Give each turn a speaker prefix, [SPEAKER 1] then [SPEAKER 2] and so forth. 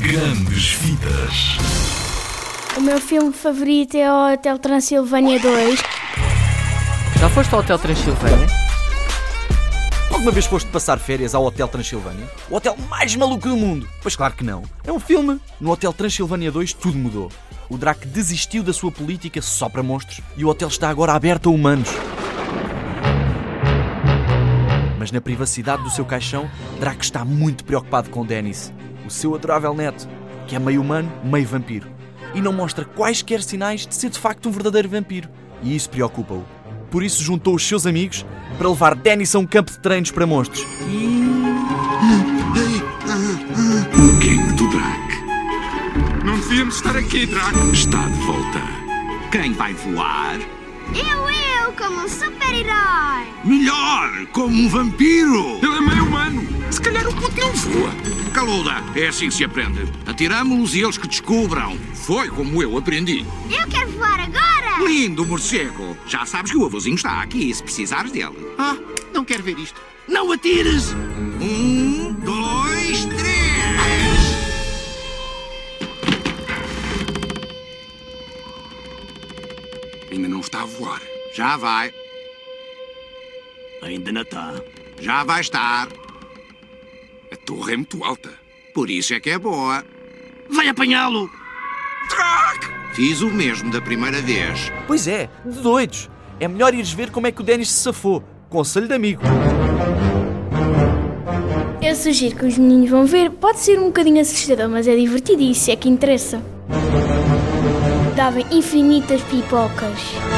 [SPEAKER 1] Grandes Vidas.
[SPEAKER 2] O meu filme favorito é o Hotel Transilvânia 2.
[SPEAKER 3] Já foste ao Hotel Transilvânia?
[SPEAKER 4] Alguma vez foste passar férias ao Hotel Transilvânia? O hotel mais maluco do mundo? Pois claro que não. É um filme. No Hotel Transilvânia 2 tudo mudou. O Drac desistiu da sua política só para monstros e o hotel está agora aberto a humanos. Mas na privacidade do seu caixão, Drac está muito preocupado com Dennis, o seu adorável neto, que é meio humano, meio vampiro. E não mostra quaisquer sinais de ser de facto um verdadeiro vampiro. E isso preocupa-o. Por isso juntou os seus amigos para levar Dennis a um campo de treinos para monstros.
[SPEAKER 1] O Gang do Drac
[SPEAKER 5] Não devíamos estar aqui, Draco.
[SPEAKER 1] está de volta.
[SPEAKER 5] Quem vai voar?
[SPEAKER 6] Eu, eu, como um super-herói!
[SPEAKER 7] Melhor, como um vampiro!
[SPEAKER 5] Ele é meio humano. Se calhar o puto não voa.
[SPEAKER 7] Caluda, é assim que se aprende. Atiramos-los e eles que descubram. Foi como eu aprendi.
[SPEAKER 6] Eu quero voar agora!
[SPEAKER 7] Lindo morcego! Já sabes que o avôzinho está aqui, se precisares dele. Ah, não quero ver isto. Não atires! Um, dois, três!
[SPEAKER 5] Ainda não está a voar.
[SPEAKER 7] Já vai,
[SPEAKER 5] Ainda não está.
[SPEAKER 7] já vai estar.
[SPEAKER 5] A torre é muito alta.
[SPEAKER 7] Por isso é que é boa.
[SPEAKER 5] Vai apanhá-lo. Draco!
[SPEAKER 7] Fiz o mesmo da primeira vez.
[SPEAKER 4] Pois é, de doidos. É melhor ires ver como é que o Dennis se safou. Conselho de amigo.
[SPEAKER 2] Eu sugiro que os meninos vão ver. Pode ser um bocadinho assustador, mas é divertido e isso é que interessa. Davam infinitas pipocas.